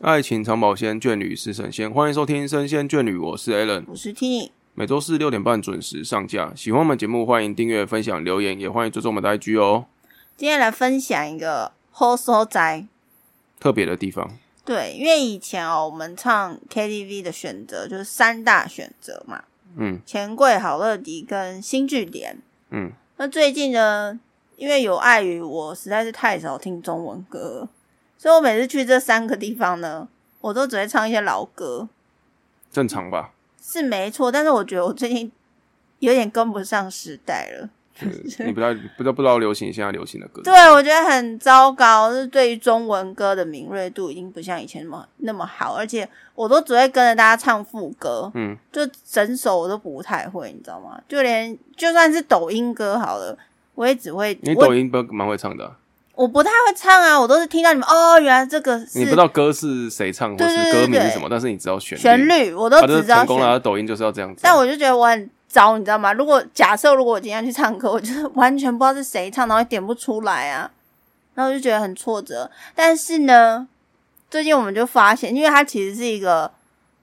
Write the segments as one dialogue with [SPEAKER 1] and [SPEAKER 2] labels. [SPEAKER 1] 爱情长保鲜，眷侣是神仙。欢迎收听《生鲜眷侣》，我是 Alan，
[SPEAKER 2] 我是 T，
[SPEAKER 1] 每周四六点半准时上架。喜欢我们节目，欢迎订阅、分享、留言，也欢迎追踪我们的 IG 哦。
[SPEAKER 2] 今天来分享一个后收宅。
[SPEAKER 1] 特别的地方，
[SPEAKER 2] 对，因为以前哦，我们唱 KTV 的选择就是三大选择嘛，
[SPEAKER 1] 嗯
[SPEAKER 2] 钱柜、好乐迪跟新据点。
[SPEAKER 1] 嗯，
[SPEAKER 2] 那最近呢，因为有碍于我实在是太少听中文歌了，所以我每次去这三个地方呢，我都只会唱一些老歌，
[SPEAKER 1] 正常 吧？
[SPEAKER 2] 是没错。但是我觉得我最近有点跟不上时代了。
[SPEAKER 1] 你不知道不知道不知道流行现在流行的歌，
[SPEAKER 2] 对，我觉得很糟糕，就是对于中文歌的敏锐度已经不像以前那么那么好，而且我都只会跟着大家唱副歌，
[SPEAKER 1] 嗯，
[SPEAKER 2] 就整首我都不太会，你知道吗？就连就算是抖音歌好了，我也只会
[SPEAKER 1] 你抖
[SPEAKER 2] 我
[SPEAKER 1] 音不蛮会唱的啊、
[SPEAKER 2] 我不太会唱啊，我都是听到你们哦，原来这个是
[SPEAKER 1] 你不知道歌是谁唱或
[SPEAKER 2] 对
[SPEAKER 1] 是
[SPEAKER 2] 对对
[SPEAKER 1] 歌名
[SPEAKER 2] 对
[SPEAKER 1] 是
[SPEAKER 2] 对
[SPEAKER 1] 什么，但是你知道旋律。
[SPEAKER 2] 旋律，我都
[SPEAKER 1] 他啊就
[SPEAKER 2] 只
[SPEAKER 1] 是
[SPEAKER 2] 知道
[SPEAKER 1] 成
[SPEAKER 2] 旋
[SPEAKER 1] 功
[SPEAKER 2] 律，
[SPEAKER 1] 了，他抖音就是要这样子啊。
[SPEAKER 2] 但我就觉得我很糟，你知道吗？如果假设如果我今天去唱歌，我就是完全不知道是谁唱，然后也点不出来啊，然后我就觉得很挫折。但是呢，最近我们就发现，因为它其实是一个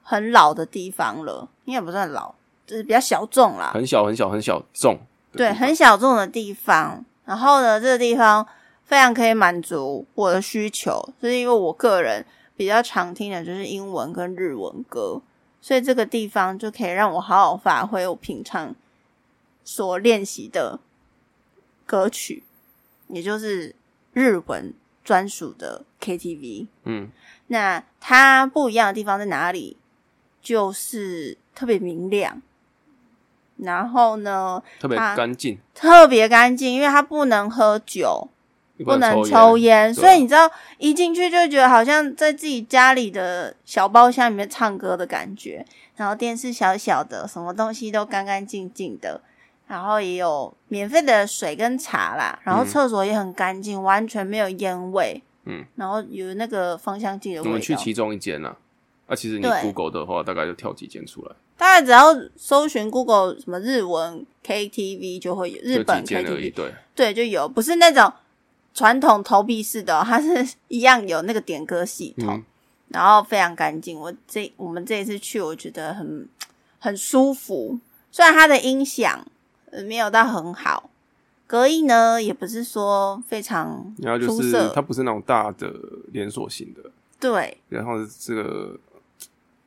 [SPEAKER 2] 很老的地方了，应该不算老，就是比较小众啦，
[SPEAKER 1] 很小很小很小众，
[SPEAKER 2] 对，很小众的地方。然后呢，这个地方非常可以满足我的需求，就是因为我个人比较常听的就是英文跟日文歌，所以这个地方就可以让我好好发挥我平常所练习的歌曲，也就是日文专属的 KTV。
[SPEAKER 1] 嗯，
[SPEAKER 2] 那它不一样的地方在哪里？就是特别明亮，然后呢，
[SPEAKER 1] 特别
[SPEAKER 2] 啊
[SPEAKER 1] 干净，
[SPEAKER 2] 特别干净，因为它不能喝酒，
[SPEAKER 1] 又
[SPEAKER 2] 不能
[SPEAKER 1] 抽
[SPEAKER 2] 抽烟，
[SPEAKER 1] 对
[SPEAKER 2] 所以你知道一进去就觉得好像在自己家里的小包厢里面唱歌的感觉。然后电视小小的，什么东西都干干净净的，然后也有免费的水跟茶啦，然后
[SPEAKER 1] 嗯
[SPEAKER 2] 厕所也很干净，完全没有烟味，
[SPEAKER 1] 嗯，
[SPEAKER 2] 然后有那个芳香剂的
[SPEAKER 1] 我
[SPEAKER 2] 味
[SPEAKER 1] 们去
[SPEAKER 2] 道。
[SPEAKER 1] 其中一间啦、啊。其实你
[SPEAKER 2] 对
[SPEAKER 1] Google 的话，大概就跳几间出来，
[SPEAKER 2] 大概只要搜寻 Google 什么日文 KTV 就会有日
[SPEAKER 1] 就
[SPEAKER 2] 本
[SPEAKER 1] 几间而
[SPEAKER 2] KTV
[SPEAKER 1] 已。对，
[SPEAKER 2] 对，就有，不是那种传统投币式的哦、 它是一样有那个点歌系统，
[SPEAKER 1] 嗯
[SPEAKER 2] 然后非常干净。我这我们这一次去，我觉得很很舒服，虽然它的音响呃没有到很好，隔音呢也不是说非常
[SPEAKER 1] 然后就
[SPEAKER 2] 出
[SPEAKER 1] 是
[SPEAKER 2] 色，
[SPEAKER 1] 它不是那种大的连锁型的，
[SPEAKER 2] 对
[SPEAKER 1] 然后这个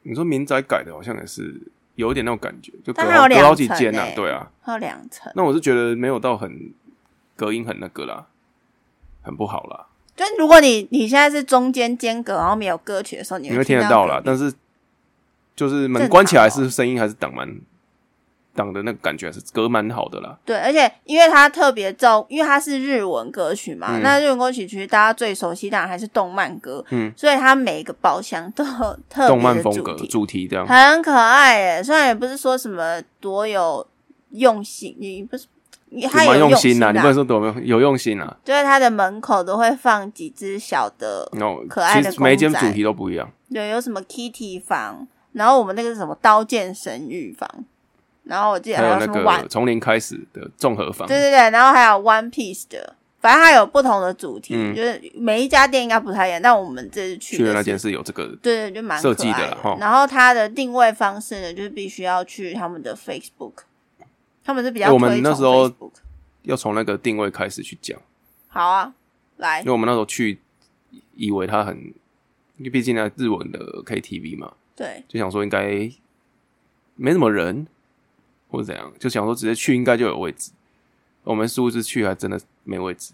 [SPEAKER 1] 你说民宅改的，好像也是有一点那种感觉，就隔
[SPEAKER 2] 但它
[SPEAKER 1] 好
[SPEAKER 2] 有
[SPEAKER 1] 隔
[SPEAKER 2] 两
[SPEAKER 1] 好几
[SPEAKER 2] 层
[SPEAKER 1] 间呐、
[SPEAKER 2] 欸
[SPEAKER 1] 对啊。
[SPEAKER 2] 它有两层，
[SPEAKER 1] 那我是觉得没有到很隔音很那个啦，很不好啦，
[SPEAKER 2] 就如果你你现在是中间间隔，然后没有歌曲的时候，你
[SPEAKER 1] 你
[SPEAKER 2] 会
[SPEAKER 1] 会听得
[SPEAKER 2] 到
[SPEAKER 1] 到啦，
[SPEAKER 2] 隔壁
[SPEAKER 1] 但是就是门
[SPEAKER 2] 正
[SPEAKER 1] 关起来
[SPEAKER 2] 常哦
[SPEAKER 1] 是声音还是挡蛮挡的那个感觉还是隔蛮好的啦。
[SPEAKER 2] 对，而且因为它特别照，因为它是日文歌曲嘛，
[SPEAKER 1] 嗯
[SPEAKER 2] 那日文歌曲其实大家最熟悉当然还是动漫歌，
[SPEAKER 1] 嗯，
[SPEAKER 2] 所以它每一个包厢都有特
[SPEAKER 1] 动
[SPEAKER 2] 别
[SPEAKER 1] 漫
[SPEAKER 2] 的
[SPEAKER 1] 风
[SPEAKER 2] 主
[SPEAKER 1] 格
[SPEAKER 2] 题，
[SPEAKER 1] 主题这样，
[SPEAKER 2] 很可爱耶。虽然也不是说什么多有用心，你不是你它
[SPEAKER 1] 也蛮
[SPEAKER 2] 有
[SPEAKER 1] 用
[SPEAKER 2] 心啊
[SPEAKER 1] 啦。你不能说多么有用心啊啦。
[SPEAKER 2] 就是它的门口都会放几只小的，
[SPEAKER 1] 然后
[SPEAKER 2] 可爱的
[SPEAKER 1] 其实每一间
[SPEAKER 2] 公仔
[SPEAKER 1] 主题都不一样，
[SPEAKER 2] 对，有什么 Kitty 房，然后我们那个是什么刀剑神域房，然后我记得
[SPEAKER 1] 还
[SPEAKER 2] 还
[SPEAKER 1] 有那
[SPEAKER 2] 什么晚
[SPEAKER 1] 个从零开始的综合房，
[SPEAKER 2] 对对对，然后还有 One Piece 的，反正它有不同的主题，
[SPEAKER 1] 嗯
[SPEAKER 2] 就是每一家店应该不太一样，但我们这次去
[SPEAKER 1] 去
[SPEAKER 2] 的
[SPEAKER 1] 的
[SPEAKER 2] 是
[SPEAKER 1] 那间是有这个
[SPEAKER 2] 对对，就蛮
[SPEAKER 1] 设计
[SPEAKER 2] 可爱
[SPEAKER 1] 的啦齁
[SPEAKER 2] 然后它的定位方式呢，就是必须要去他们的 Facebook，他们是比较
[SPEAKER 1] 欸我们
[SPEAKER 2] 推崇
[SPEAKER 1] 那时候
[SPEAKER 2] Facebook
[SPEAKER 1] 要从那个定位开始去讲，
[SPEAKER 2] 好啊，来
[SPEAKER 1] 因为我们那时候去以为它很，因为毕竟那日文的 KTV 嘛，
[SPEAKER 2] 对
[SPEAKER 1] 就想说应该没什么人或者怎样，就想说直接去应该就有位置。我们殊不知去还真的没位置，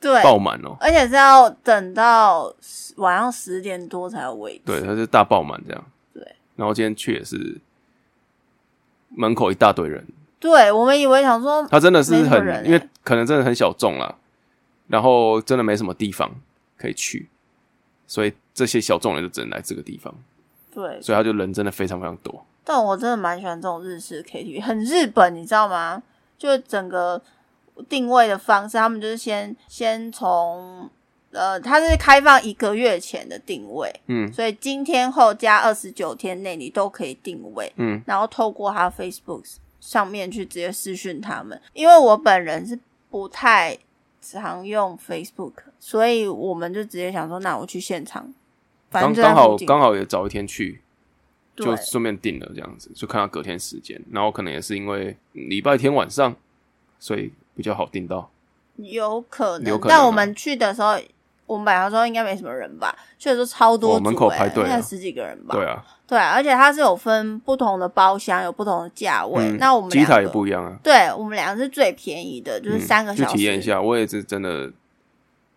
[SPEAKER 2] 对，
[SPEAKER 1] 爆满哦、
[SPEAKER 2] 而且是要等到10晚上十点多才有位置，
[SPEAKER 1] 对，它是大爆满这样。
[SPEAKER 2] 对，
[SPEAKER 1] 然后今天去也是门口一大堆人，
[SPEAKER 2] 对我们以为想说
[SPEAKER 1] 它真的是
[SPEAKER 2] 没什么
[SPEAKER 1] 很，
[SPEAKER 2] 人欸
[SPEAKER 1] 因为可能真的很小众啦，然后真的没什么地方可以去，所以这些小众人就只能来这个地方，
[SPEAKER 2] 对，
[SPEAKER 1] 所以他就人真的非常非常多。
[SPEAKER 2] 但我真的蛮喜欢这种日式 KTV，很日本，你知道吗？就整个定位的方式，他们就是先先从呃，它是开放一个月前的定位，
[SPEAKER 1] 嗯
[SPEAKER 2] 所以今天后加二十九天内你都可以定位，
[SPEAKER 1] 嗯，
[SPEAKER 2] 然后透过他 Facebook 上面去直接私讯他们。因为我本人是不太常用 Facebook，所以我们就直接想说，那我去现场反正
[SPEAKER 1] 刚
[SPEAKER 2] 就在
[SPEAKER 1] 刚好
[SPEAKER 2] 附近
[SPEAKER 1] 刚好也早一天去，就
[SPEAKER 2] 对
[SPEAKER 1] 顺便定了这样子，就看他隔天时间。然后可能也是因为礼拜天晚上，所以比较好定到。
[SPEAKER 2] 有可能，
[SPEAKER 1] 有可能啊
[SPEAKER 2] 但我们去的时候，我们本来说应该没什么人吧，去的时候超多组、欸
[SPEAKER 1] 哦门口排队啊
[SPEAKER 2] 应该有十几个人吧。
[SPEAKER 1] 对啊，
[SPEAKER 2] 对啊而且它是有分不同的包厢，有不同的价位。
[SPEAKER 1] 嗯，
[SPEAKER 2] 那我们
[SPEAKER 1] 机
[SPEAKER 2] 两
[SPEAKER 1] 台
[SPEAKER 2] 个
[SPEAKER 1] 也不一样啊，
[SPEAKER 2] 对我们两个是最便宜的，就是
[SPEAKER 1] 嗯
[SPEAKER 2] 三个小时。
[SPEAKER 1] 去体验一。下。我也是真的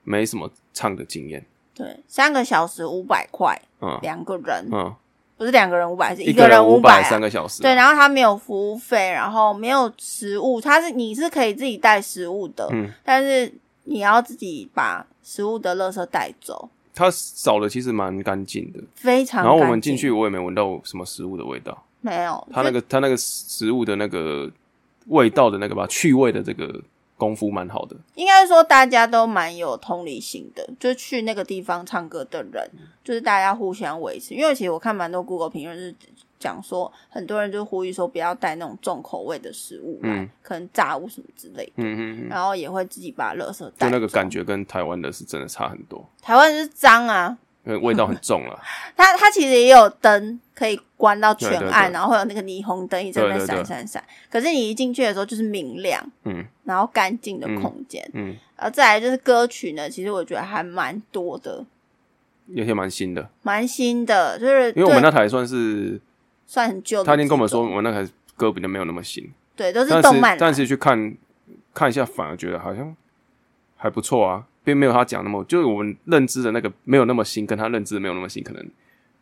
[SPEAKER 1] 没什么唱的经验
[SPEAKER 2] 对，三个小时五百块，
[SPEAKER 1] 啊，
[SPEAKER 2] 两个人、
[SPEAKER 1] 嗯，
[SPEAKER 2] 不是两个人五百，是
[SPEAKER 1] 一
[SPEAKER 2] 个
[SPEAKER 1] 人
[SPEAKER 2] 五
[SPEAKER 1] 百
[SPEAKER 2] 百、
[SPEAKER 1] 三个小时啊，
[SPEAKER 2] 对，然后它没有服务费，然后没有食物，它是你是可以自己带食物的，
[SPEAKER 1] 嗯，
[SPEAKER 2] 但是你要自己把食物的垃圾带走，
[SPEAKER 1] 它扫的其实蛮干净的。
[SPEAKER 2] 非常。
[SPEAKER 1] 然后我们进去，我也没闻到什么食物的味道。
[SPEAKER 2] 没有，
[SPEAKER 1] 它那个它那个食物的那个味道的那个吧，去味的这个功夫蛮好的。
[SPEAKER 2] 应该说大家都蛮有同理心的，就去那个地方唱歌的人，就是大家互相维持。因为其实我看蛮多 Google 评论就是讲说，很多人就呼吁说不要带那种重口味的食物来，
[SPEAKER 1] 嗯
[SPEAKER 2] 可能炸物什么之类的，
[SPEAKER 1] 嗯嗯嗯，
[SPEAKER 2] 然后也会自己把垃圾带。
[SPEAKER 1] 就那个感，觉跟台湾的是真的差很多，
[SPEAKER 2] 台湾就是脏啊，
[SPEAKER 1] 因为味道很重啊 了。
[SPEAKER 2] 它它其实也有灯可以关到全
[SPEAKER 1] 对对
[SPEAKER 2] 暗，
[SPEAKER 1] 对
[SPEAKER 2] 然后会有那个霓虹灯一直在那边
[SPEAKER 1] 对对
[SPEAKER 2] 闪
[SPEAKER 1] 对
[SPEAKER 2] 闪闪。可是你一进去的时候就是明亮，
[SPEAKER 1] 嗯
[SPEAKER 2] 然后干净的
[SPEAKER 1] 嗯
[SPEAKER 2] 空间。
[SPEAKER 1] 嗯，
[SPEAKER 2] 呃，再来就是歌曲呢，其实我觉得还蛮多的，
[SPEAKER 1] 有些蛮新的，
[SPEAKER 2] 蛮新的，就是
[SPEAKER 1] 因为我们
[SPEAKER 2] 对
[SPEAKER 1] 那台算是
[SPEAKER 2] 算很旧的几种。
[SPEAKER 1] 他已经跟我们说，我们那台歌比较没有那么新，
[SPEAKER 2] 对，都
[SPEAKER 1] 但
[SPEAKER 2] 是动
[SPEAKER 1] 是
[SPEAKER 2] 漫啊，
[SPEAKER 1] 但是去看看一下，反而觉得好像还不错啊，并没有他讲那么，就是我们认知的那个没有那么新，跟他认知的没有那么新，可能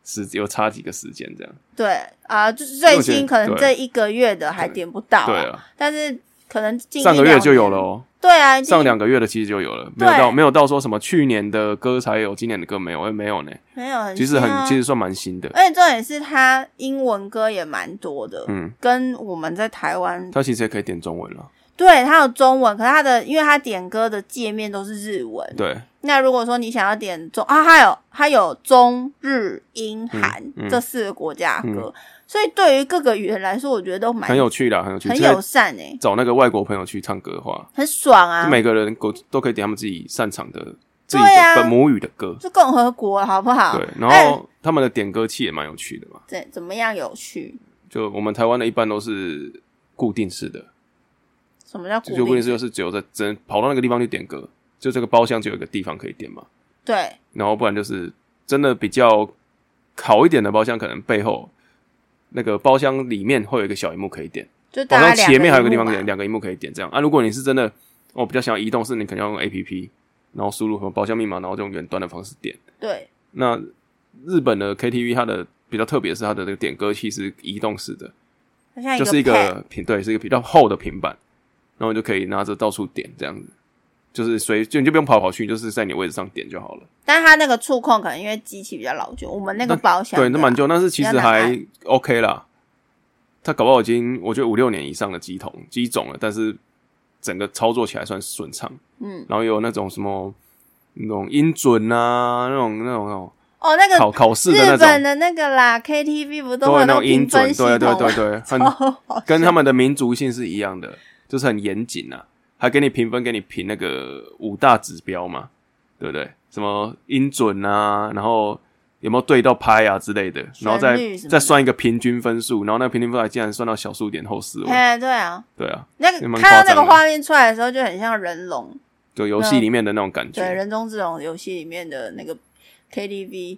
[SPEAKER 1] 是有差几个时间这样。
[SPEAKER 2] 对啊、就是最
[SPEAKER 1] 因为
[SPEAKER 2] 新
[SPEAKER 1] 我觉得
[SPEAKER 2] 可能
[SPEAKER 1] 对
[SPEAKER 2] 这一个月的还点不到、
[SPEAKER 1] 对啊，
[SPEAKER 2] 但是可能近一
[SPEAKER 1] 上个月
[SPEAKER 2] 两
[SPEAKER 1] 就有
[SPEAKER 2] 年
[SPEAKER 1] 了。哦。
[SPEAKER 2] 对啊，
[SPEAKER 1] 上
[SPEAKER 2] 近
[SPEAKER 1] 两个月的其实就有了，没有
[SPEAKER 2] 对
[SPEAKER 1] 到没有到说什么去年的歌才有，今年的歌没有，哎、没有呢，
[SPEAKER 2] 没有很
[SPEAKER 1] 其实
[SPEAKER 2] 新啊
[SPEAKER 1] 很其实算蛮新的，
[SPEAKER 2] 而且重点是他英文歌也蛮多的，
[SPEAKER 1] 嗯，
[SPEAKER 2] 跟我们在台湾
[SPEAKER 1] 它其实也可以点中文了，
[SPEAKER 2] 对他有中文，可是他的因为他点歌的界面都是日文，
[SPEAKER 1] 对，
[SPEAKER 2] 那如果说你想要点中啊，它有它有中日英韩、
[SPEAKER 1] 嗯嗯嗯
[SPEAKER 2] 这四个国家的歌，所以对于各个语言来说，我觉得都蛮
[SPEAKER 1] 很有趣啦，很有趣，
[SPEAKER 2] 很
[SPEAKER 1] 现在
[SPEAKER 2] 友善哎、
[SPEAKER 1] 找那个外国朋友去唱歌的话，
[SPEAKER 2] 很爽啊
[SPEAKER 1] 就！每个人都都可以点他们自己擅长的自己
[SPEAKER 2] 对啊
[SPEAKER 1] 的本母语的歌，
[SPEAKER 2] 就共和国好不好？
[SPEAKER 1] 对，然
[SPEAKER 2] 哎
[SPEAKER 1] 后他们的点歌器也蛮有趣的嘛，
[SPEAKER 2] 对怎么样有趣？
[SPEAKER 1] 就我们台湾的一般都是固定式的，
[SPEAKER 2] 什么叫
[SPEAKER 1] 就
[SPEAKER 2] 固
[SPEAKER 1] 就固定
[SPEAKER 2] 定？
[SPEAKER 1] 式就是只有在只能跑到那个地方去点歌，就这个包厢只有一个地方可以点嘛，
[SPEAKER 2] 对
[SPEAKER 1] 然后不然就是真的比较好一点的包厢，可能背后那个包厢里面会有一个小荧幕可以点，
[SPEAKER 2] 就大
[SPEAKER 1] 包
[SPEAKER 2] 家
[SPEAKER 1] 厢
[SPEAKER 2] 两
[SPEAKER 1] 前面还有一个地
[SPEAKER 2] 荧
[SPEAKER 1] 方
[SPEAKER 2] 幕嘛
[SPEAKER 1] 可以两个荧幕可以点这样啊。如果你是真的哦比较想要移动，是你可能要用 A P P，然后输入什么包厢密码，然后就用远端的方式点。
[SPEAKER 2] 对
[SPEAKER 1] 那日本的 K T V 它的比较特别是它的那个点歌器是移动式的，
[SPEAKER 2] 它像
[SPEAKER 1] 就是一
[SPEAKER 2] pad，
[SPEAKER 1] 个平对，是一个比较厚的平板，然后你就可以拿着到处点这样子，就是随就你就不用跑来跑去，你就是在你位置上点就好了。
[SPEAKER 2] 但它那个触控可能因为机器比较老旧，我们那个包厢啊
[SPEAKER 1] 对，那蛮
[SPEAKER 2] 旧，
[SPEAKER 1] 旧，但是其
[SPEAKER 2] 比
[SPEAKER 1] 实
[SPEAKER 2] 较难
[SPEAKER 1] 还 OK 啦。它搞不好已经我觉得五六年以上的机筒机种了，但是整个操作起来算顺畅。
[SPEAKER 2] 嗯，
[SPEAKER 1] 然后有那种什么那种音准啊，那种那种那种
[SPEAKER 2] 哦，那
[SPEAKER 1] 考
[SPEAKER 2] 个
[SPEAKER 1] 考试
[SPEAKER 2] 日
[SPEAKER 1] 的那
[SPEAKER 2] 本
[SPEAKER 1] 种，
[SPEAKER 2] 的那个啦，KTV 不都
[SPEAKER 1] 都有
[SPEAKER 2] 会有那
[SPEAKER 1] 那
[SPEAKER 2] 种
[SPEAKER 1] 种音
[SPEAKER 2] 评
[SPEAKER 1] 准，
[SPEAKER 2] 分系
[SPEAKER 1] 对
[SPEAKER 2] 统
[SPEAKER 1] 对嗯对
[SPEAKER 2] 吗
[SPEAKER 1] 对，很
[SPEAKER 2] 哦好
[SPEAKER 1] 跟他们的民族性是一样的，就是很严谨啊，还给你评分，给你评那个五大指标嘛，对不对？什么音准啊，然后有没有对到拍啊之类的，然后再
[SPEAKER 2] 旋律什么的
[SPEAKER 1] 再算一个平均分数，然后那个平均分还竟然算到小数点后四位，
[SPEAKER 2] 哎，对啊，
[SPEAKER 1] 对啊，
[SPEAKER 2] 那个
[SPEAKER 1] 也蛮
[SPEAKER 2] 看到
[SPEAKER 1] 夸
[SPEAKER 2] 那个
[SPEAKER 1] 张的
[SPEAKER 2] 画面出来的时候，就很像人龙，
[SPEAKER 1] 就游戏里面的那种感
[SPEAKER 2] 对《
[SPEAKER 1] 觉，
[SPEAKER 2] 人中之龙》游戏里面的那个 KTV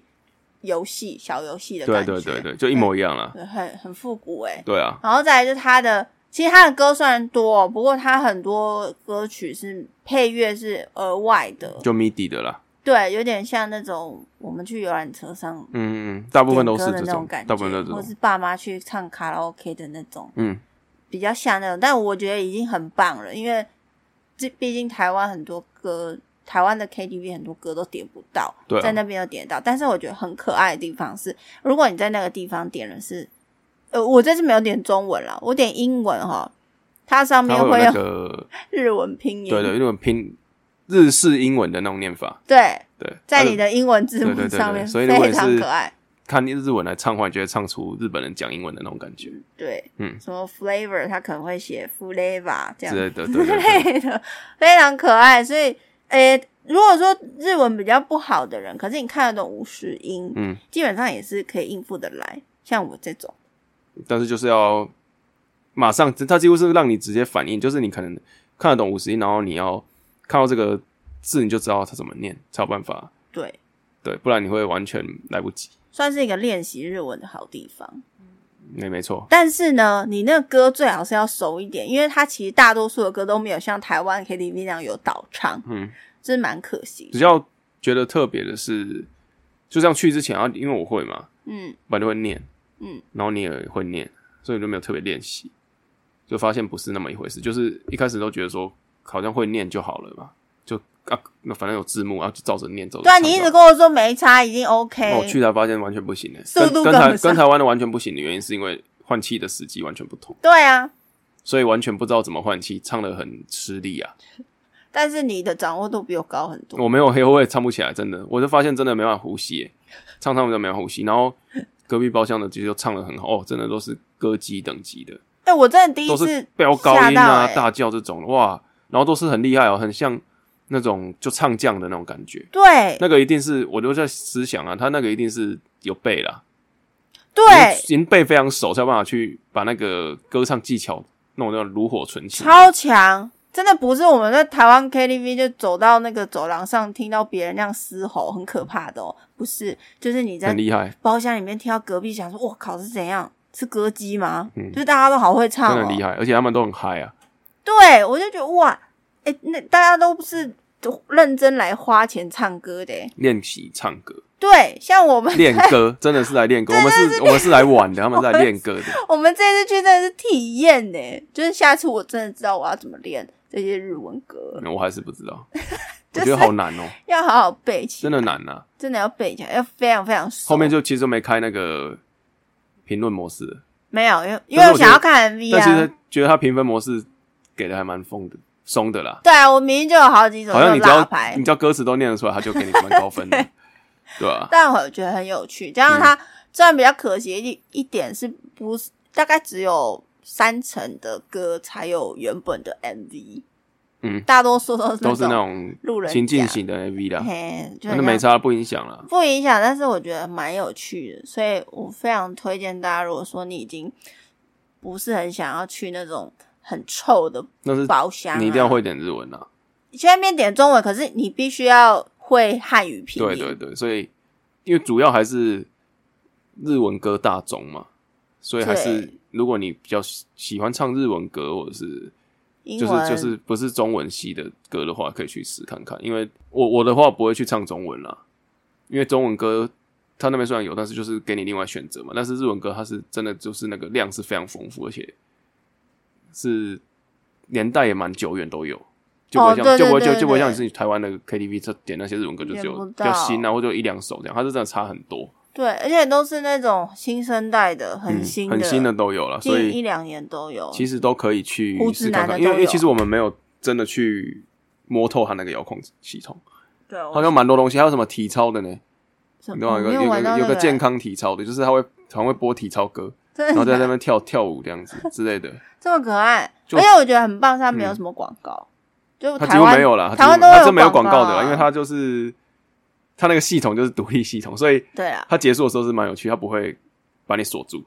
[SPEAKER 2] 游戏小游戏的
[SPEAKER 1] 对
[SPEAKER 2] 感觉，
[SPEAKER 1] 对对对，就一模一样啦，
[SPEAKER 2] 对，很很复古哎、
[SPEAKER 1] 对啊，
[SPEAKER 2] 然后再来就是他的，其实他的歌虽然多、不过他很多歌曲是配乐是额外的，
[SPEAKER 1] 就 MIDI 的啦，
[SPEAKER 2] 对，有点像那种我们去游览车上
[SPEAKER 1] 嗯，嗯嗯大部分都是
[SPEAKER 2] 点歌
[SPEAKER 1] 这
[SPEAKER 2] 的那
[SPEAKER 1] 种，
[SPEAKER 2] 感觉，
[SPEAKER 1] 大部分都是这
[SPEAKER 2] 或
[SPEAKER 1] 种，
[SPEAKER 2] 是爸妈去唱卡拉 OK 的那种。
[SPEAKER 1] 嗯，
[SPEAKER 2] 比较像那种，但我觉得已经很棒了，因为这毕竟台湾很多歌，台湾的 KTV 很多歌都点不到，
[SPEAKER 1] 对啊
[SPEAKER 2] 在那边有点到。但是我觉得很可爱的地方是，如果你在那个地方点的是，呃，我这次没有点中文啦，我点英文哈，它上面
[SPEAKER 1] 它会有
[SPEAKER 2] 会
[SPEAKER 1] 那
[SPEAKER 2] 有
[SPEAKER 1] 个
[SPEAKER 2] 日文拼音，
[SPEAKER 1] 对对，那种拼日式英文的那种念法，
[SPEAKER 2] 对
[SPEAKER 1] 对，
[SPEAKER 2] 在
[SPEAKER 1] 它
[SPEAKER 2] 你的英文字
[SPEAKER 1] 对对
[SPEAKER 2] 幕
[SPEAKER 1] 对对
[SPEAKER 2] 上面
[SPEAKER 1] 所以如果
[SPEAKER 2] 非
[SPEAKER 1] 你
[SPEAKER 2] 常
[SPEAKER 1] 是
[SPEAKER 2] 可爱，
[SPEAKER 1] 看日文来唱的话，你就会唱出日本人讲英文的那种感觉
[SPEAKER 2] 对，
[SPEAKER 1] 嗯
[SPEAKER 2] 什么 flavor，它可能会写 flavor 这样
[SPEAKER 1] 之类的，对
[SPEAKER 2] 之
[SPEAKER 1] 对对，
[SPEAKER 2] 类的，非常可爱。所以，诶、如果说日文比较不好的人，可是你看得懂五十音，
[SPEAKER 1] 嗯，
[SPEAKER 2] 基本上也是可以应付的来。像我这种，
[SPEAKER 1] 嗯但是就是要马上，它几乎是让你直接反应，就是你可能看得懂五十音，然后你要看到这个字，你就知道它怎么念，才有办法。
[SPEAKER 2] 对，
[SPEAKER 1] 对，不然你会完全来不及。
[SPEAKER 2] 算是一个练习日文的好地方。
[SPEAKER 1] 没没错，
[SPEAKER 2] 但是呢，你那个歌最好是要熟一点，因为它其实大多数的歌都没有像台湾 KTV 那样有导唱，
[SPEAKER 1] 嗯，
[SPEAKER 2] 这是蛮可惜
[SPEAKER 1] 比。较觉得特别的是，就像去之前啊，因为我会嘛，
[SPEAKER 2] 嗯，
[SPEAKER 1] 本来就会念，
[SPEAKER 2] 嗯，
[SPEAKER 1] 然后你也会念，所以就没有特别练习，就发现不是那么一回事。就是一开始都觉得说好像会念就好了嘛，就啊，那反正有字幕啊，就照着念，照着
[SPEAKER 2] 对啊，
[SPEAKER 1] 唱
[SPEAKER 2] 你一
[SPEAKER 1] 就
[SPEAKER 2] 直
[SPEAKER 1] 好
[SPEAKER 2] 跟我说没差，已经 OK，、
[SPEAKER 1] 那我去才发现完全不行的、
[SPEAKER 2] 速度
[SPEAKER 1] 跟跟
[SPEAKER 2] 跟不
[SPEAKER 1] 台
[SPEAKER 2] 上
[SPEAKER 1] 跟台湾的完全不行的原因是因为换气的时机完全不同，
[SPEAKER 2] 对啊，
[SPEAKER 1] 所以完全不知道怎么换气，唱的很吃力啊。
[SPEAKER 2] 但是你的掌握度比我高很多。
[SPEAKER 1] 我没有黑我也唱不起来，真的，我就发现真的没办法呼吸、欸，唱唱我就没办法呼吸。然后隔壁包厢的其实就唱的很好，哦，真的都是歌姬等级的，
[SPEAKER 2] 哎、我真的第
[SPEAKER 1] 都
[SPEAKER 2] 一
[SPEAKER 1] 是
[SPEAKER 2] 次
[SPEAKER 1] 飙高
[SPEAKER 2] 吓
[SPEAKER 1] 音
[SPEAKER 2] 到
[SPEAKER 1] 啊、
[SPEAKER 2] 欸
[SPEAKER 1] 大叫这种的，哇，然后都是很厉害哦，很像那种就唱将的那种感觉。
[SPEAKER 2] 对
[SPEAKER 1] 那个一定是我都在思想啊，他那个一定是有背啦，
[SPEAKER 2] 对
[SPEAKER 1] 已，经背非常熟，才有办法去把那个歌唱技巧弄得炉火纯青。
[SPEAKER 2] 超强，真的不是我们在台湾 KTV 就走到那个走廊上听到别人那样嘶吼，很可怕的哦，不是，就是你在
[SPEAKER 1] 很厉害，
[SPEAKER 2] 包厢里面听到隔壁想说，我靠是怎样？是歌姬吗？
[SPEAKER 1] 嗯
[SPEAKER 2] 就是大家都好会
[SPEAKER 1] 真
[SPEAKER 2] 唱、
[SPEAKER 1] 的
[SPEAKER 2] 哦，
[SPEAKER 1] 很厉害，而且他们都很嗨啊！
[SPEAKER 2] 对，我就觉得哇，哎、那大家都是认真来花钱唱歌的耶。
[SPEAKER 1] 练习唱歌，
[SPEAKER 2] 对，像我们
[SPEAKER 1] 练歌 真的是来练歌，我们是，我们是来玩的，他们是来练歌 的。
[SPEAKER 2] 我们这次去真的是体验呢，就是下次我真的知道我要怎么练这些日文歌，
[SPEAKER 1] 我还是不知道，我
[SPEAKER 2] 就
[SPEAKER 1] 觉
[SPEAKER 2] 是
[SPEAKER 1] 得好难 哦，
[SPEAKER 2] 要好好背起
[SPEAKER 1] 真
[SPEAKER 2] 来，
[SPEAKER 1] 的难呐。
[SPEAKER 2] 真的要背起来，要非常非常熟。
[SPEAKER 1] 后面就其实就没开那个评论模式了，
[SPEAKER 2] 没有，因为因
[SPEAKER 1] 但
[SPEAKER 2] 为
[SPEAKER 1] 是
[SPEAKER 2] 我
[SPEAKER 1] 我
[SPEAKER 2] 想
[SPEAKER 1] 觉
[SPEAKER 2] 要
[SPEAKER 1] 得
[SPEAKER 2] 看 MV
[SPEAKER 1] 但其实
[SPEAKER 2] 啊。
[SPEAKER 1] 觉得他评分模式给的还蛮松的，松的啦。
[SPEAKER 2] 对啊，我明明就有好几种
[SPEAKER 1] 好
[SPEAKER 2] 那
[SPEAKER 1] 像
[SPEAKER 2] 种
[SPEAKER 1] 你只
[SPEAKER 2] 拉
[SPEAKER 1] 要
[SPEAKER 2] 牌
[SPEAKER 1] 你，只要歌词都念得出来，他就给你蛮高 分的，对啊吧？
[SPEAKER 2] 但我觉得很有趣。加
[SPEAKER 1] 嗯
[SPEAKER 2] 上它虽然比较可惜一一点是不是大概只有三成的歌才有原本的 MV，
[SPEAKER 1] 嗯
[SPEAKER 2] 大多数都是
[SPEAKER 1] 都是那
[SPEAKER 2] 种
[SPEAKER 1] 种
[SPEAKER 2] 路人
[SPEAKER 1] 情境
[SPEAKER 2] 甲
[SPEAKER 1] 型的 AV 啦。
[SPEAKER 2] 嘿，
[SPEAKER 1] 那
[SPEAKER 2] 就很像
[SPEAKER 1] 没差，不影响了。
[SPEAKER 2] 不影响，但是我觉得蛮有趣的，所以我非常推荐大家。如果说你已经不是很想要去那种很臭的
[SPEAKER 1] 但是
[SPEAKER 2] 包厢、啊
[SPEAKER 1] 你一定要，会点日文啊啦。
[SPEAKER 2] 你去那边点中文，可是你必须要会汉语拼音。
[SPEAKER 1] 对对对，所以因为主要还是日文歌大众嘛，所以还是
[SPEAKER 2] 对
[SPEAKER 1] 如果你比较喜喜欢唱日文歌，或者是
[SPEAKER 2] 英
[SPEAKER 1] 就
[SPEAKER 2] 文
[SPEAKER 1] 是就是不是中文系的歌的话，可以去试看看。因为我我的话不会去唱中文啦，因为中文歌。他那边虽然有，但是就是给你另外选择嘛。但是日文歌它是真的就是那个量是非常丰富，而且是年代也蛮久远都有，就不会像、
[SPEAKER 2] 哦对对
[SPEAKER 1] 就不会就
[SPEAKER 2] 对对
[SPEAKER 1] 就不会像你
[SPEAKER 2] 对
[SPEAKER 1] 是台湾的 KTV 这点那些日文歌就只
[SPEAKER 2] 点不
[SPEAKER 1] 有比
[SPEAKER 2] 到
[SPEAKER 1] 较新啊，或者有一两首这样，它是真的差很多，
[SPEAKER 2] 对，而且都是那种新生代的，
[SPEAKER 1] 嗯
[SPEAKER 2] 很新的，
[SPEAKER 1] 很新的，都有了，所
[SPEAKER 2] 近一
[SPEAKER 1] 以
[SPEAKER 2] 两年都有。
[SPEAKER 1] 其实都可以去
[SPEAKER 2] 胡
[SPEAKER 1] 试
[SPEAKER 2] 子
[SPEAKER 1] 看
[SPEAKER 2] 男的
[SPEAKER 1] 看，因为
[SPEAKER 2] 都
[SPEAKER 1] 因为
[SPEAKER 2] 有
[SPEAKER 1] 其实我们没有真的去摸透它那个遥控系统，
[SPEAKER 2] 对，我
[SPEAKER 1] 好像蛮多东西，还有什么体操的呢？
[SPEAKER 2] 什
[SPEAKER 1] 你知道
[SPEAKER 2] 我
[SPEAKER 1] 有
[SPEAKER 2] 哦没
[SPEAKER 1] 个
[SPEAKER 2] 有
[SPEAKER 1] 有
[SPEAKER 2] 玩到
[SPEAKER 1] 个有
[SPEAKER 2] 那
[SPEAKER 1] 个
[SPEAKER 2] 欸
[SPEAKER 1] 健，康体操的，就是它会常会播体操歌，
[SPEAKER 2] 真
[SPEAKER 1] 然
[SPEAKER 2] 的
[SPEAKER 1] 后在
[SPEAKER 2] 假
[SPEAKER 1] 那
[SPEAKER 2] 的
[SPEAKER 1] 边跳跳舞这样子之类的，
[SPEAKER 2] 这么可爱，
[SPEAKER 1] 就
[SPEAKER 2] 而且我觉得很棒，是它没有
[SPEAKER 1] 嗯
[SPEAKER 2] 什么广告，就
[SPEAKER 1] 它
[SPEAKER 2] 台
[SPEAKER 1] 几乎
[SPEAKER 2] 湾
[SPEAKER 1] 没有啦，它几乎
[SPEAKER 2] 台湾都
[SPEAKER 1] 它
[SPEAKER 2] 有
[SPEAKER 1] 真没有
[SPEAKER 2] 广
[SPEAKER 1] 广
[SPEAKER 2] 告
[SPEAKER 1] 告的啦，
[SPEAKER 2] 啊
[SPEAKER 1] 因为它就是它那个系统就是独立系统，所以
[SPEAKER 2] 对啊啦，
[SPEAKER 1] 它结束的时候是蛮有趣，它不会把你锁住，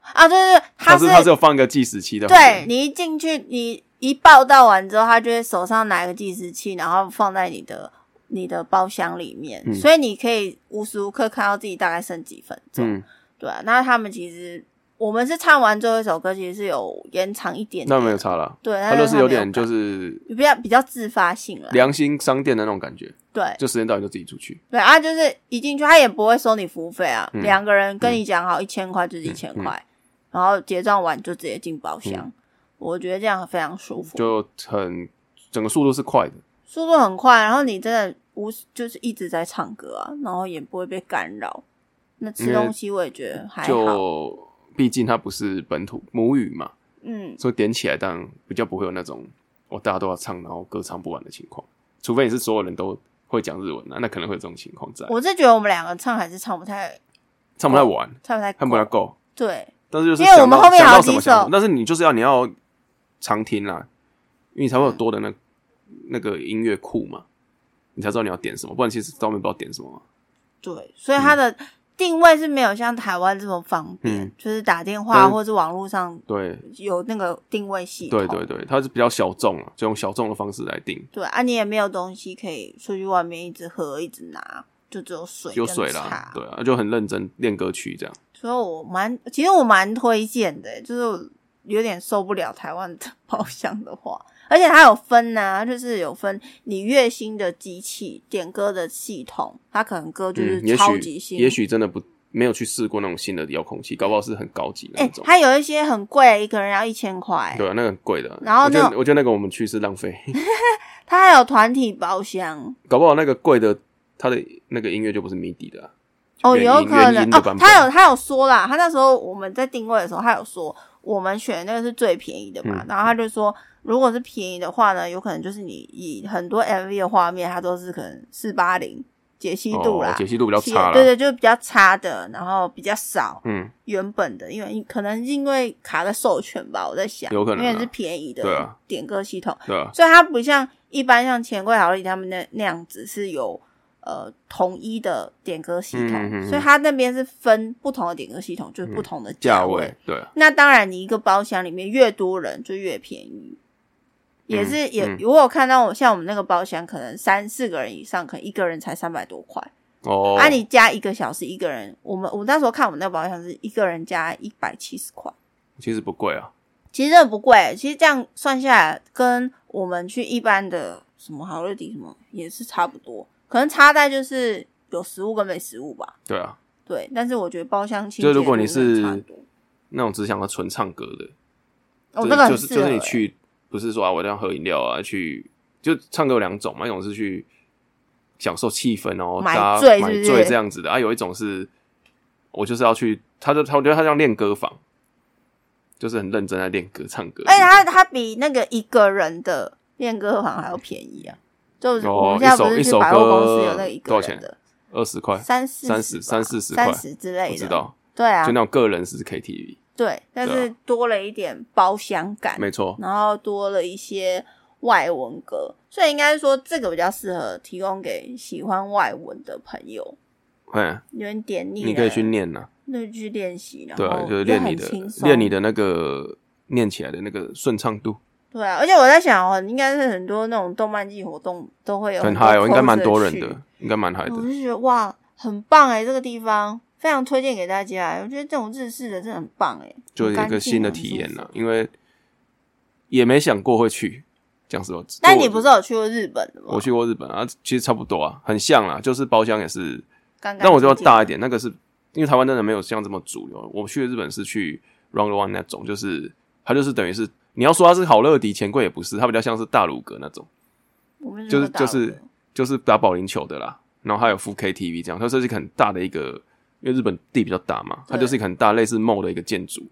[SPEAKER 2] 啊，对对对，
[SPEAKER 1] 它
[SPEAKER 2] 他
[SPEAKER 1] 是它是有放一个计时器的，
[SPEAKER 2] 对，你一进去，你一报道完之后，他就会手上拿一个计时器，然后放在你的你的包厢里面，
[SPEAKER 1] 嗯
[SPEAKER 2] 所以你可以无时无刻看到自己大概剩几分钟。
[SPEAKER 1] 嗯，
[SPEAKER 2] 对啊，那他们其实我们是唱完最后一首歌，其实是有延长一点点
[SPEAKER 1] 那没有，差啦，
[SPEAKER 2] 对，
[SPEAKER 1] 它就是有点就是是
[SPEAKER 2] 比较比较自发性了。
[SPEAKER 1] 良心商店的那种感觉，
[SPEAKER 2] 对
[SPEAKER 1] 就时间到你就自己出去，
[SPEAKER 2] 对啊，就是一进去他也不会收你服务费啊，
[SPEAKER 1] 嗯
[SPEAKER 2] 两个人跟你讲好一千块就是一千块，然后结账完就直接进包厢。
[SPEAKER 1] 嗯
[SPEAKER 2] 我觉得这样非常舒服，
[SPEAKER 1] 就很整个速度是快的，
[SPEAKER 2] 速度很快，然后你真的无就是一直在唱歌啊，然后也不会被干扰。那吃东西我也觉得还好，
[SPEAKER 1] 就毕竟它不是本土母语嘛，
[SPEAKER 2] 嗯，
[SPEAKER 1] 所以点起来当然比较不会有那种我大家都要唱，然后歌唱不完的情况，除非你是所有人都会讲日文啊，那可能会有这种情况在，
[SPEAKER 2] 我是觉得我们两个唱还是唱不太
[SPEAKER 1] 唱不太完，
[SPEAKER 2] 唱不太
[SPEAKER 1] 唱不太
[SPEAKER 2] 够，
[SPEAKER 1] 够，
[SPEAKER 2] 对
[SPEAKER 1] 但是就是
[SPEAKER 2] 因为
[SPEAKER 1] 想
[SPEAKER 2] 我们
[SPEAKER 1] 到
[SPEAKER 2] 后面
[SPEAKER 1] 想
[SPEAKER 2] 好
[SPEAKER 1] 到
[SPEAKER 2] 几
[SPEAKER 1] 什么想到
[SPEAKER 2] 首
[SPEAKER 1] 但是你就是要你要
[SPEAKER 2] 嗯
[SPEAKER 1] 常听啦，因为你才会有多的那那个音乐库嘛，你才知道你要点什么，不然其实到后面不知道点什么啊。
[SPEAKER 2] 对，所以
[SPEAKER 1] 嗯
[SPEAKER 2] 它的定位是没有像台湾这么方便，
[SPEAKER 1] 嗯
[SPEAKER 2] 就是打电
[SPEAKER 1] 但
[SPEAKER 2] 话
[SPEAKER 1] 是
[SPEAKER 2] 或是网络上
[SPEAKER 1] 对，
[SPEAKER 2] 有那个定位系
[SPEAKER 1] 对
[SPEAKER 2] 统。
[SPEAKER 1] 对对，它是比较小众啊，就用小众的方式来定，
[SPEAKER 2] 对啊，你也没有东西可以出去外面一直喝、一直拿，就只有水、
[SPEAKER 1] 有水啦，
[SPEAKER 2] 茶。
[SPEAKER 1] 对啊，就很认真练歌曲这样。
[SPEAKER 2] 所以我蛮，其实我蛮推荐的，就是我有点受不了台湾的 包厢的话，而且它有分呐、就是有分你月薪的机器点歌的系统，它可能歌就
[SPEAKER 1] 嗯，
[SPEAKER 2] 是
[SPEAKER 1] 也
[SPEAKER 2] 超级
[SPEAKER 1] 许
[SPEAKER 2] 新，
[SPEAKER 1] 也许真的不没有去试过那种新的遥控器，搞不好是很高级那
[SPEAKER 2] 哎、
[SPEAKER 1] 一种。
[SPEAKER 2] 它有一些很贵，一个人要一千块，
[SPEAKER 1] 对啊，那个很贵的。
[SPEAKER 2] 然后
[SPEAKER 1] 我觉
[SPEAKER 2] 那
[SPEAKER 1] 得我觉得那个我们去是浪费，
[SPEAKER 2] 它还有团体包厢。
[SPEAKER 1] 搞不好那个贵的它的那个音乐就不是谜底的啊、
[SPEAKER 2] 哦，
[SPEAKER 1] 原
[SPEAKER 2] 有
[SPEAKER 1] 音
[SPEAKER 2] 可
[SPEAKER 1] 原
[SPEAKER 2] 能
[SPEAKER 1] 音的
[SPEAKER 2] 哦
[SPEAKER 1] 版，本
[SPEAKER 2] 他有他有说啦，他那时候我们在定位的时候，他有说我们选的那个是最便宜的嘛，
[SPEAKER 1] 嗯
[SPEAKER 2] 然后他就说，如果是便宜的话呢，有可能就是你以很多 MV 的画面，它都是可能四八零解析度啦，
[SPEAKER 1] 哦，解析度比较差啦。
[SPEAKER 2] 对对，就是比较差的，然后比较少
[SPEAKER 1] 嗯，
[SPEAKER 2] 原本的，因为可能是因为卡在授权吧，我在想，
[SPEAKER 1] 有可能啊
[SPEAKER 2] 因为是便宜的
[SPEAKER 1] 对啊
[SPEAKER 2] 点歌系统，
[SPEAKER 1] 对啊，
[SPEAKER 2] 所以它不像一般像钱柜好丽他们那那样子是有呃统一的点歌系统，
[SPEAKER 1] 嗯嗯嗯嗯
[SPEAKER 2] 所以它那边是分不同的点歌系统，就是不同的
[SPEAKER 1] 价
[SPEAKER 2] 位。
[SPEAKER 1] 位对啊，
[SPEAKER 2] 那当然，你一个包厢里面越多人就越便宜，也是、
[SPEAKER 1] 嗯
[SPEAKER 2] 也
[SPEAKER 1] 嗯
[SPEAKER 2] 我有看到我像我们那个包厢，可能三四个人以上，可能一个人才三百多块，
[SPEAKER 1] 哦，
[SPEAKER 2] 啊，你加一个小时一个人，我们我那时候看我们那个包厢是一个人加一百七十块。
[SPEAKER 1] 其实不贵啊，
[SPEAKER 2] 其实真的不贵，其实这样算下来，跟我们去一般的什么好乐迪什么也是差不多，可能差在就是有食物跟没食物吧。
[SPEAKER 1] 对啊，
[SPEAKER 2] 对，但是我觉得包厢清洁
[SPEAKER 1] 就如果你
[SPEAKER 2] 度真的
[SPEAKER 1] 是
[SPEAKER 2] 差很多
[SPEAKER 1] 那种只想要纯唱歌的，
[SPEAKER 2] 哦，
[SPEAKER 1] 就
[SPEAKER 2] 那个
[SPEAKER 1] 就
[SPEAKER 2] 很
[SPEAKER 1] 是
[SPEAKER 2] 适
[SPEAKER 1] 就
[SPEAKER 2] 合、
[SPEAKER 1] 是你
[SPEAKER 2] 欸。
[SPEAKER 1] 去，不是说啊，我这样喝饮料啊，去就唱歌有两种嘛，一种是去享受气氛哦，
[SPEAKER 2] 买
[SPEAKER 1] 大家
[SPEAKER 2] 醉
[SPEAKER 1] 买
[SPEAKER 2] 是不
[SPEAKER 1] 醉
[SPEAKER 2] 是
[SPEAKER 1] 这样子的啊，有一种是我就是要去，他就他我觉得他像练歌房，就是很认真在练歌唱歌，
[SPEAKER 2] 而且它它比那个一个人的练歌房还要便宜啊！就是
[SPEAKER 1] 哦
[SPEAKER 2] 我们现在
[SPEAKER 1] 一首
[SPEAKER 2] 不是
[SPEAKER 1] 一
[SPEAKER 2] 去
[SPEAKER 1] 首
[SPEAKER 2] 百货公
[SPEAKER 1] 歌
[SPEAKER 2] 司有那个一个
[SPEAKER 1] 多少钱
[SPEAKER 2] 人的
[SPEAKER 1] 二十块，
[SPEAKER 2] 三四
[SPEAKER 1] 三十
[SPEAKER 2] 吧
[SPEAKER 1] 三四十块
[SPEAKER 2] 三十之类
[SPEAKER 1] 我
[SPEAKER 2] 的，
[SPEAKER 1] 知道，
[SPEAKER 2] 对啊
[SPEAKER 1] 就，那种个人是 KTV，
[SPEAKER 2] 对，但
[SPEAKER 1] 对啊
[SPEAKER 2] 是多了一点包厢感，
[SPEAKER 1] 没错，
[SPEAKER 2] 然后多了一些外文歌，所以应该说这个比较适合提供给喜欢外文的朋友，
[SPEAKER 1] 嗯，
[SPEAKER 2] 有点点腻了，
[SPEAKER 1] 你可以去念呐、
[SPEAKER 2] 那就去练习，然
[SPEAKER 1] 对啊，
[SPEAKER 2] 后
[SPEAKER 1] 就是练你
[SPEAKER 2] 哦很
[SPEAKER 1] 的
[SPEAKER 2] 轻松
[SPEAKER 1] 练你的那个念起来的那个顺畅度，
[SPEAKER 2] 对啊，而且我在想哦，应该是很多那种动漫季活动都会有
[SPEAKER 1] 很
[SPEAKER 2] 多
[SPEAKER 1] 嗨哦，应该
[SPEAKER 2] coser
[SPEAKER 1] 蛮多人
[SPEAKER 2] 去
[SPEAKER 1] 的，应该蛮嗨的
[SPEAKER 2] 我。就觉得哇，很棒哎，这个地方非常推荐给大家，欸我觉得这种日式的真的很棒哎，
[SPEAKER 1] 就是
[SPEAKER 2] 很
[SPEAKER 1] 一
[SPEAKER 2] 干
[SPEAKER 1] 个
[SPEAKER 2] 净
[SPEAKER 1] 新的体验啊啦、。因为也没想过会去，讲实话。
[SPEAKER 2] 但
[SPEAKER 1] 就我
[SPEAKER 2] 你不是有去过日本的吗？
[SPEAKER 1] 我去过日本啊，其实差不多啊，很像啦，就是包厢也是，
[SPEAKER 2] 刚刚
[SPEAKER 1] 但我就要大一点，那个是因为台湾真的没有像这么主流。我去日本是去 Round One 那种，就是它就是等于是你要说它是好乐迪钱柜也不是，它比较像是大鲁阁那种，
[SPEAKER 2] 我们
[SPEAKER 1] 就是
[SPEAKER 2] 那个大
[SPEAKER 1] 就是
[SPEAKER 2] 陆的
[SPEAKER 1] 就是打保龄球的啦，然后还有副 KTV 这样，它这是一个很大的一个，因为日本地比较大嘛，它
[SPEAKER 2] 对
[SPEAKER 1] 就是一个很大类似 mall 的一个建筑，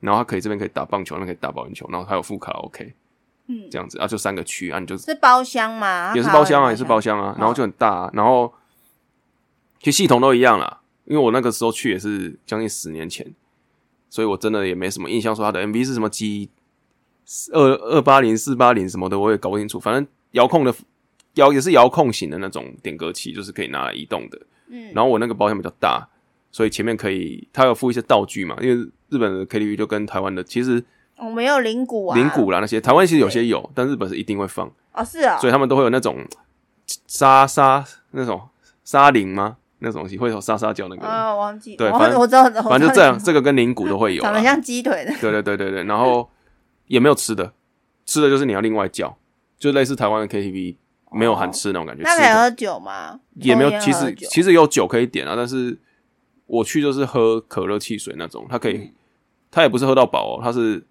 [SPEAKER 1] 然后它可以这边可以打棒球，那可以打保龄球，然后还有副卡拉 OK
[SPEAKER 2] 嗯
[SPEAKER 1] 这样子啊，就三个区啊，你就是
[SPEAKER 2] 包厢吗？
[SPEAKER 1] 也是包厢啊，
[SPEAKER 2] 它
[SPEAKER 1] 也是包厢啊
[SPEAKER 2] 嗯，
[SPEAKER 1] 然后就很大、啊，然后其实系统都一样啦，因为我那个时候去也是将近十年前，所以我真的也没什么印象说它的 MV 是什么机二二八零四八零什么的，我也搞不清楚，反正遥控的遥也是遥控型的那种点歌器，就是可以拿来移动的。
[SPEAKER 2] 嗯，
[SPEAKER 1] 然后我那个包厢比较大，所以前面可以它有附一些道具嘛，因为日本的 KTV 就跟台湾的其实
[SPEAKER 2] 我们有灵骨啊，
[SPEAKER 1] 铃鼓啦那些，台湾其实有些有，但日本是一定会放。
[SPEAKER 2] 哦，是哦，
[SPEAKER 1] 所以他们都会有那种沙沙那种沙铃吗？那种东西会有沙沙叫那个，
[SPEAKER 2] 啊，忘记，
[SPEAKER 1] 对
[SPEAKER 2] 我
[SPEAKER 1] 反正
[SPEAKER 2] 我知道，我知道
[SPEAKER 1] 反正就这样，这个跟铃鼓都会有
[SPEAKER 2] 长得
[SPEAKER 1] 啦。
[SPEAKER 2] 像鸡 腿的，
[SPEAKER 1] 对对对对对，然后也没有吃的，吃的就是你要另外叫，就类似台湾的 KTV 没有含吃那种感觉，
[SPEAKER 2] 哦那
[SPEAKER 1] 吃
[SPEAKER 2] 可以
[SPEAKER 1] 的
[SPEAKER 2] 喝酒吗？
[SPEAKER 1] 也没有
[SPEAKER 2] 抽。烟
[SPEAKER 1] 其
[SPEAKER 2] 喝
[SPEAKER 1] 实
[SPEAKER 2] 酒
[SPEAKER 1] 其实有酒可以点啊，但是我去就是喝可乐汽水那种，它可
[SPEAKER 2] 嗯
[SPEAKER 1] 以，它也不是喝到饱哦，它是。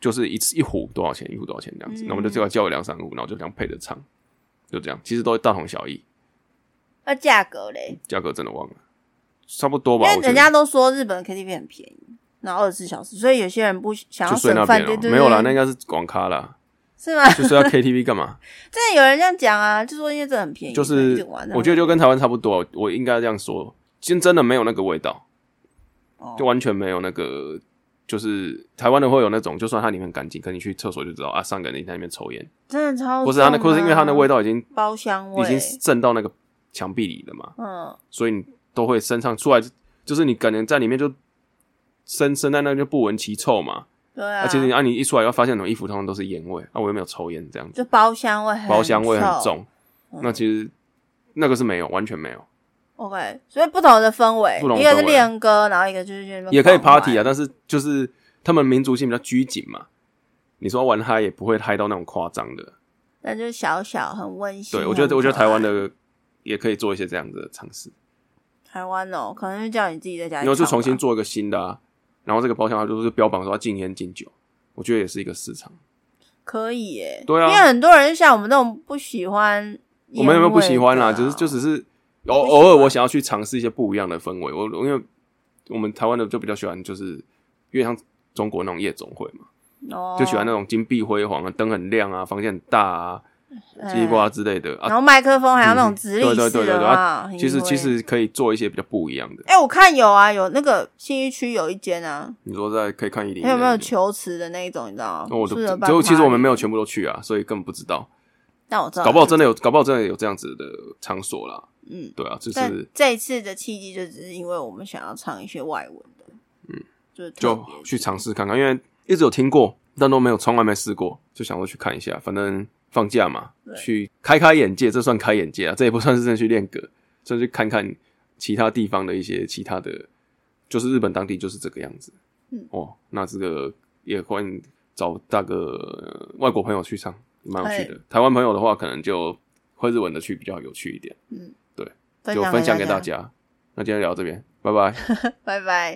[SPEAKER 1] 就是一次一壶多少钱？一壶多少钱这样子？
[SPEAKER 2] 嗯
[SPEAKER 1] 那我们就只要叫两三壶，然后就这样配着唱，就这样。其实都大同小异。
[SPEAKER 2] 那价格嘞，
[SPEAKER 1] 价格真的忘了，差不多
[SPEAKER 2] 因
[SPEAKER 1] 吧。
[SPEAKER 2] 为
[SPEAKER 1] 我觉
[SPEAKER 2] 人
[SPEAKER 1] 得
[SPEAKER 2] 家都说日本的 KTV 很便宜，然后二十四小时，所以有些人不想要
[SPEAKER 1] 就睡那
[SPEAKER 2] 省饭
[SPEAKER 1] 边
[SPEAKER 2] 店，
[SPEAKER 1] 了，
[SPEAKER 2] 对
[SPEAKER 1] 没有啦，那应
[SPEAKER 2] 个
[SPEAKER 1] 该是网咖啦，
[SPEAKER 2] 是吗？
[SPEAKER 1] 就睡到 KTV 干嘛？
[SPEAKER 2] 真的有人这样讲啊，就说因为这很便宜，
[SPEAKER 1] 就
[SPEAKER 2] 所以一
[SPEAKER 1] 是
[SPEAKER 2] 直玩啊
[SPEAKER 1] 我觉得就跟台湾差不多，啊我应该这样说，今真的没有那个味道，
[SPEAKER 2] 哦
[SPEAKER 1] 就完全没有那个，就是台湾的会有那种，就算它里面很干净，可你去厕所就知道啊，上个人在那边抽烟，
[SPEAKER 2] 真的超
[SPEAKER 1] 或是它那，
[SPEAKER 2] 重
[SPEAKER 1] 或是因为它那
[SPEAKER 2] 啊
[SPEAKER 1] 味道已经
[SPEAKER 2] 包厢
[SPEAKER 1] 已
[SPEAKER 2] 味，
[SPEAKER 1] 经渗到那个墙壁里了嘛，
[SPEAKER 2] 嗯，
[SPEAKER 1] 所以你都会身上出来，就是你可能在里面就身身在那就不闻其臭嘛。
[SPEAKER 2] 对啊，
[SPEAKER 1] 啊，其实你啊，你一出来要发现，我衣服通常都是烟味，啊，我又没有抽烟，这样子，
[SPEAKER 2] 就包厢味很
[SPEAKER 1] 包厢味
[SPEAKER 2] 臭
[SPEAKER 1] 很重。那其实那个是没有，完全没有，
[SPEAKER 2] OK，所以不同的氛围
[SPEAKER 1] 不同，的
[SPEAKER 2] 一个是
[SPEAKER 1] 氛围
[SPEAKER 2] 练歌，然后一个就是去那边
[SPEAKER 1] 也可以
[SPEAKER 2] 狂欢
[SPEAKER 1] party 啊，，但是就是他们民族性比较拘谨嘛。你说玩嗨也不会嗨到那种夸张的，
[SPEAKER 2] 那就是小小很温馨。
[SPEAKER 1] 对我觉得，我觉得
[SPEAKER 2] 很可爱
[SPEAKER 1] 台湾的也可以做一些这样子的尝试。
[SPEAKER 2] 台湾哦，可能就叫你自己在家里，
[SPEAKER 1] 你要就重新，做一个新的啊，然后这个包厢它就是标榜说它禁烟禁酒，我觉得也是一个市场。
[SPEAKER 2] 可以耶，
[SPEAKER 1] 对啊
[SPEAKER 2] 因为很多人像我们这种不喜欢，
[SPEAKER 1] 我们有没有不喜欢啦、只是就只是偶偶尔我想要去尝试一些不一样的氛围。我我因为我们台湾的就比较喜欢，就是因为像中国那种夜总会嘛，
[SPEAKER 2] 哦
[SPEAKER 1] 就喜欢那种金碧辉煌啊，灯很亮啊，房间很大啊，
[SPEAKER 2] 嗯
[SPEAKER 1] 叽里呱啦之类的
[SPEAKER 2] 然
[SPEAKER 1] 啊。
[SPEAKER 2] 后麦克风还有那种
[SPEAKER 1] 嗯
[SPEAKER 2] 直立式的
[SPEAKER 1] 对对对对对
[SPEAKER 2] 嘛
[SPEAKER 1] 啊其实
[SPEAKER 2] 很
[SPEAKER 1] 其实可以做一些比较不一样的。
[SPEAKER 2] 哎、我看有啊，有那个信义区有一间啊，
[SPEAKER 1] 你说在可以看一零，
[SPEAKER 2] 还有没有球池的那一种，你知道
[SPEAKER 1] 嗯
[SPEAKER 2] 吗？
[SPEAKER 1] 哦那我都
[SPEAKER 2] 是有
[SPEAKER 1] 不
[SPEAKER 2] 办
[SPEAKER 1] 就其实我们
[SPEAKER 2] 法
[SPEAKER 1] 没有全部都去啊，所以根本不知道。
[SPEAKER 2] 但我知道，
[SPEAKER 1] 搞不好真的有，搞不好真的有这样子的场所啦。
[SPEAKER 2] 嗯，
[SPEAKER 1] 对啊，就
[SPEAKER 2] 但
[SPEAKER 1] 是
[SPEAKER 2] 这一次的契机就只是因为我们想要唱一些外文的，嗯，就是特
[SPEAKER 1] 就
[SPEAKER 2] 别
[SPEAKER 1] 去尝试看看，因为一直有听过，但都没有从来没试过，就想说去看一下。反正放假嘛
[SPEAKER 2] 对，
[SPEAKER 1] 去开开眼界，这算开眼界啊，这也不算是真的去练歌，算是去看看其他地方的一些其他的，就是日本当地就是这个样子。
[SPEAKER 2] 嗯，
[SPEAKER 1] 哦，那这个也欢迎找大个呃外国朋友去唱，蛮有趣的。台湾朋友的话，可能就会日文的去比较有趣一点。
[SPEAKER 2] 嗯分
[SPEAKER 1] 就
[SPEAKER 2] 享
[SPEAKER 1] 分享给
[SPEAKER 2] 大
[SPEAKER 1] 大，家。那今天聊到这边，拜拜。
[SPEAKER 2] 拜拜。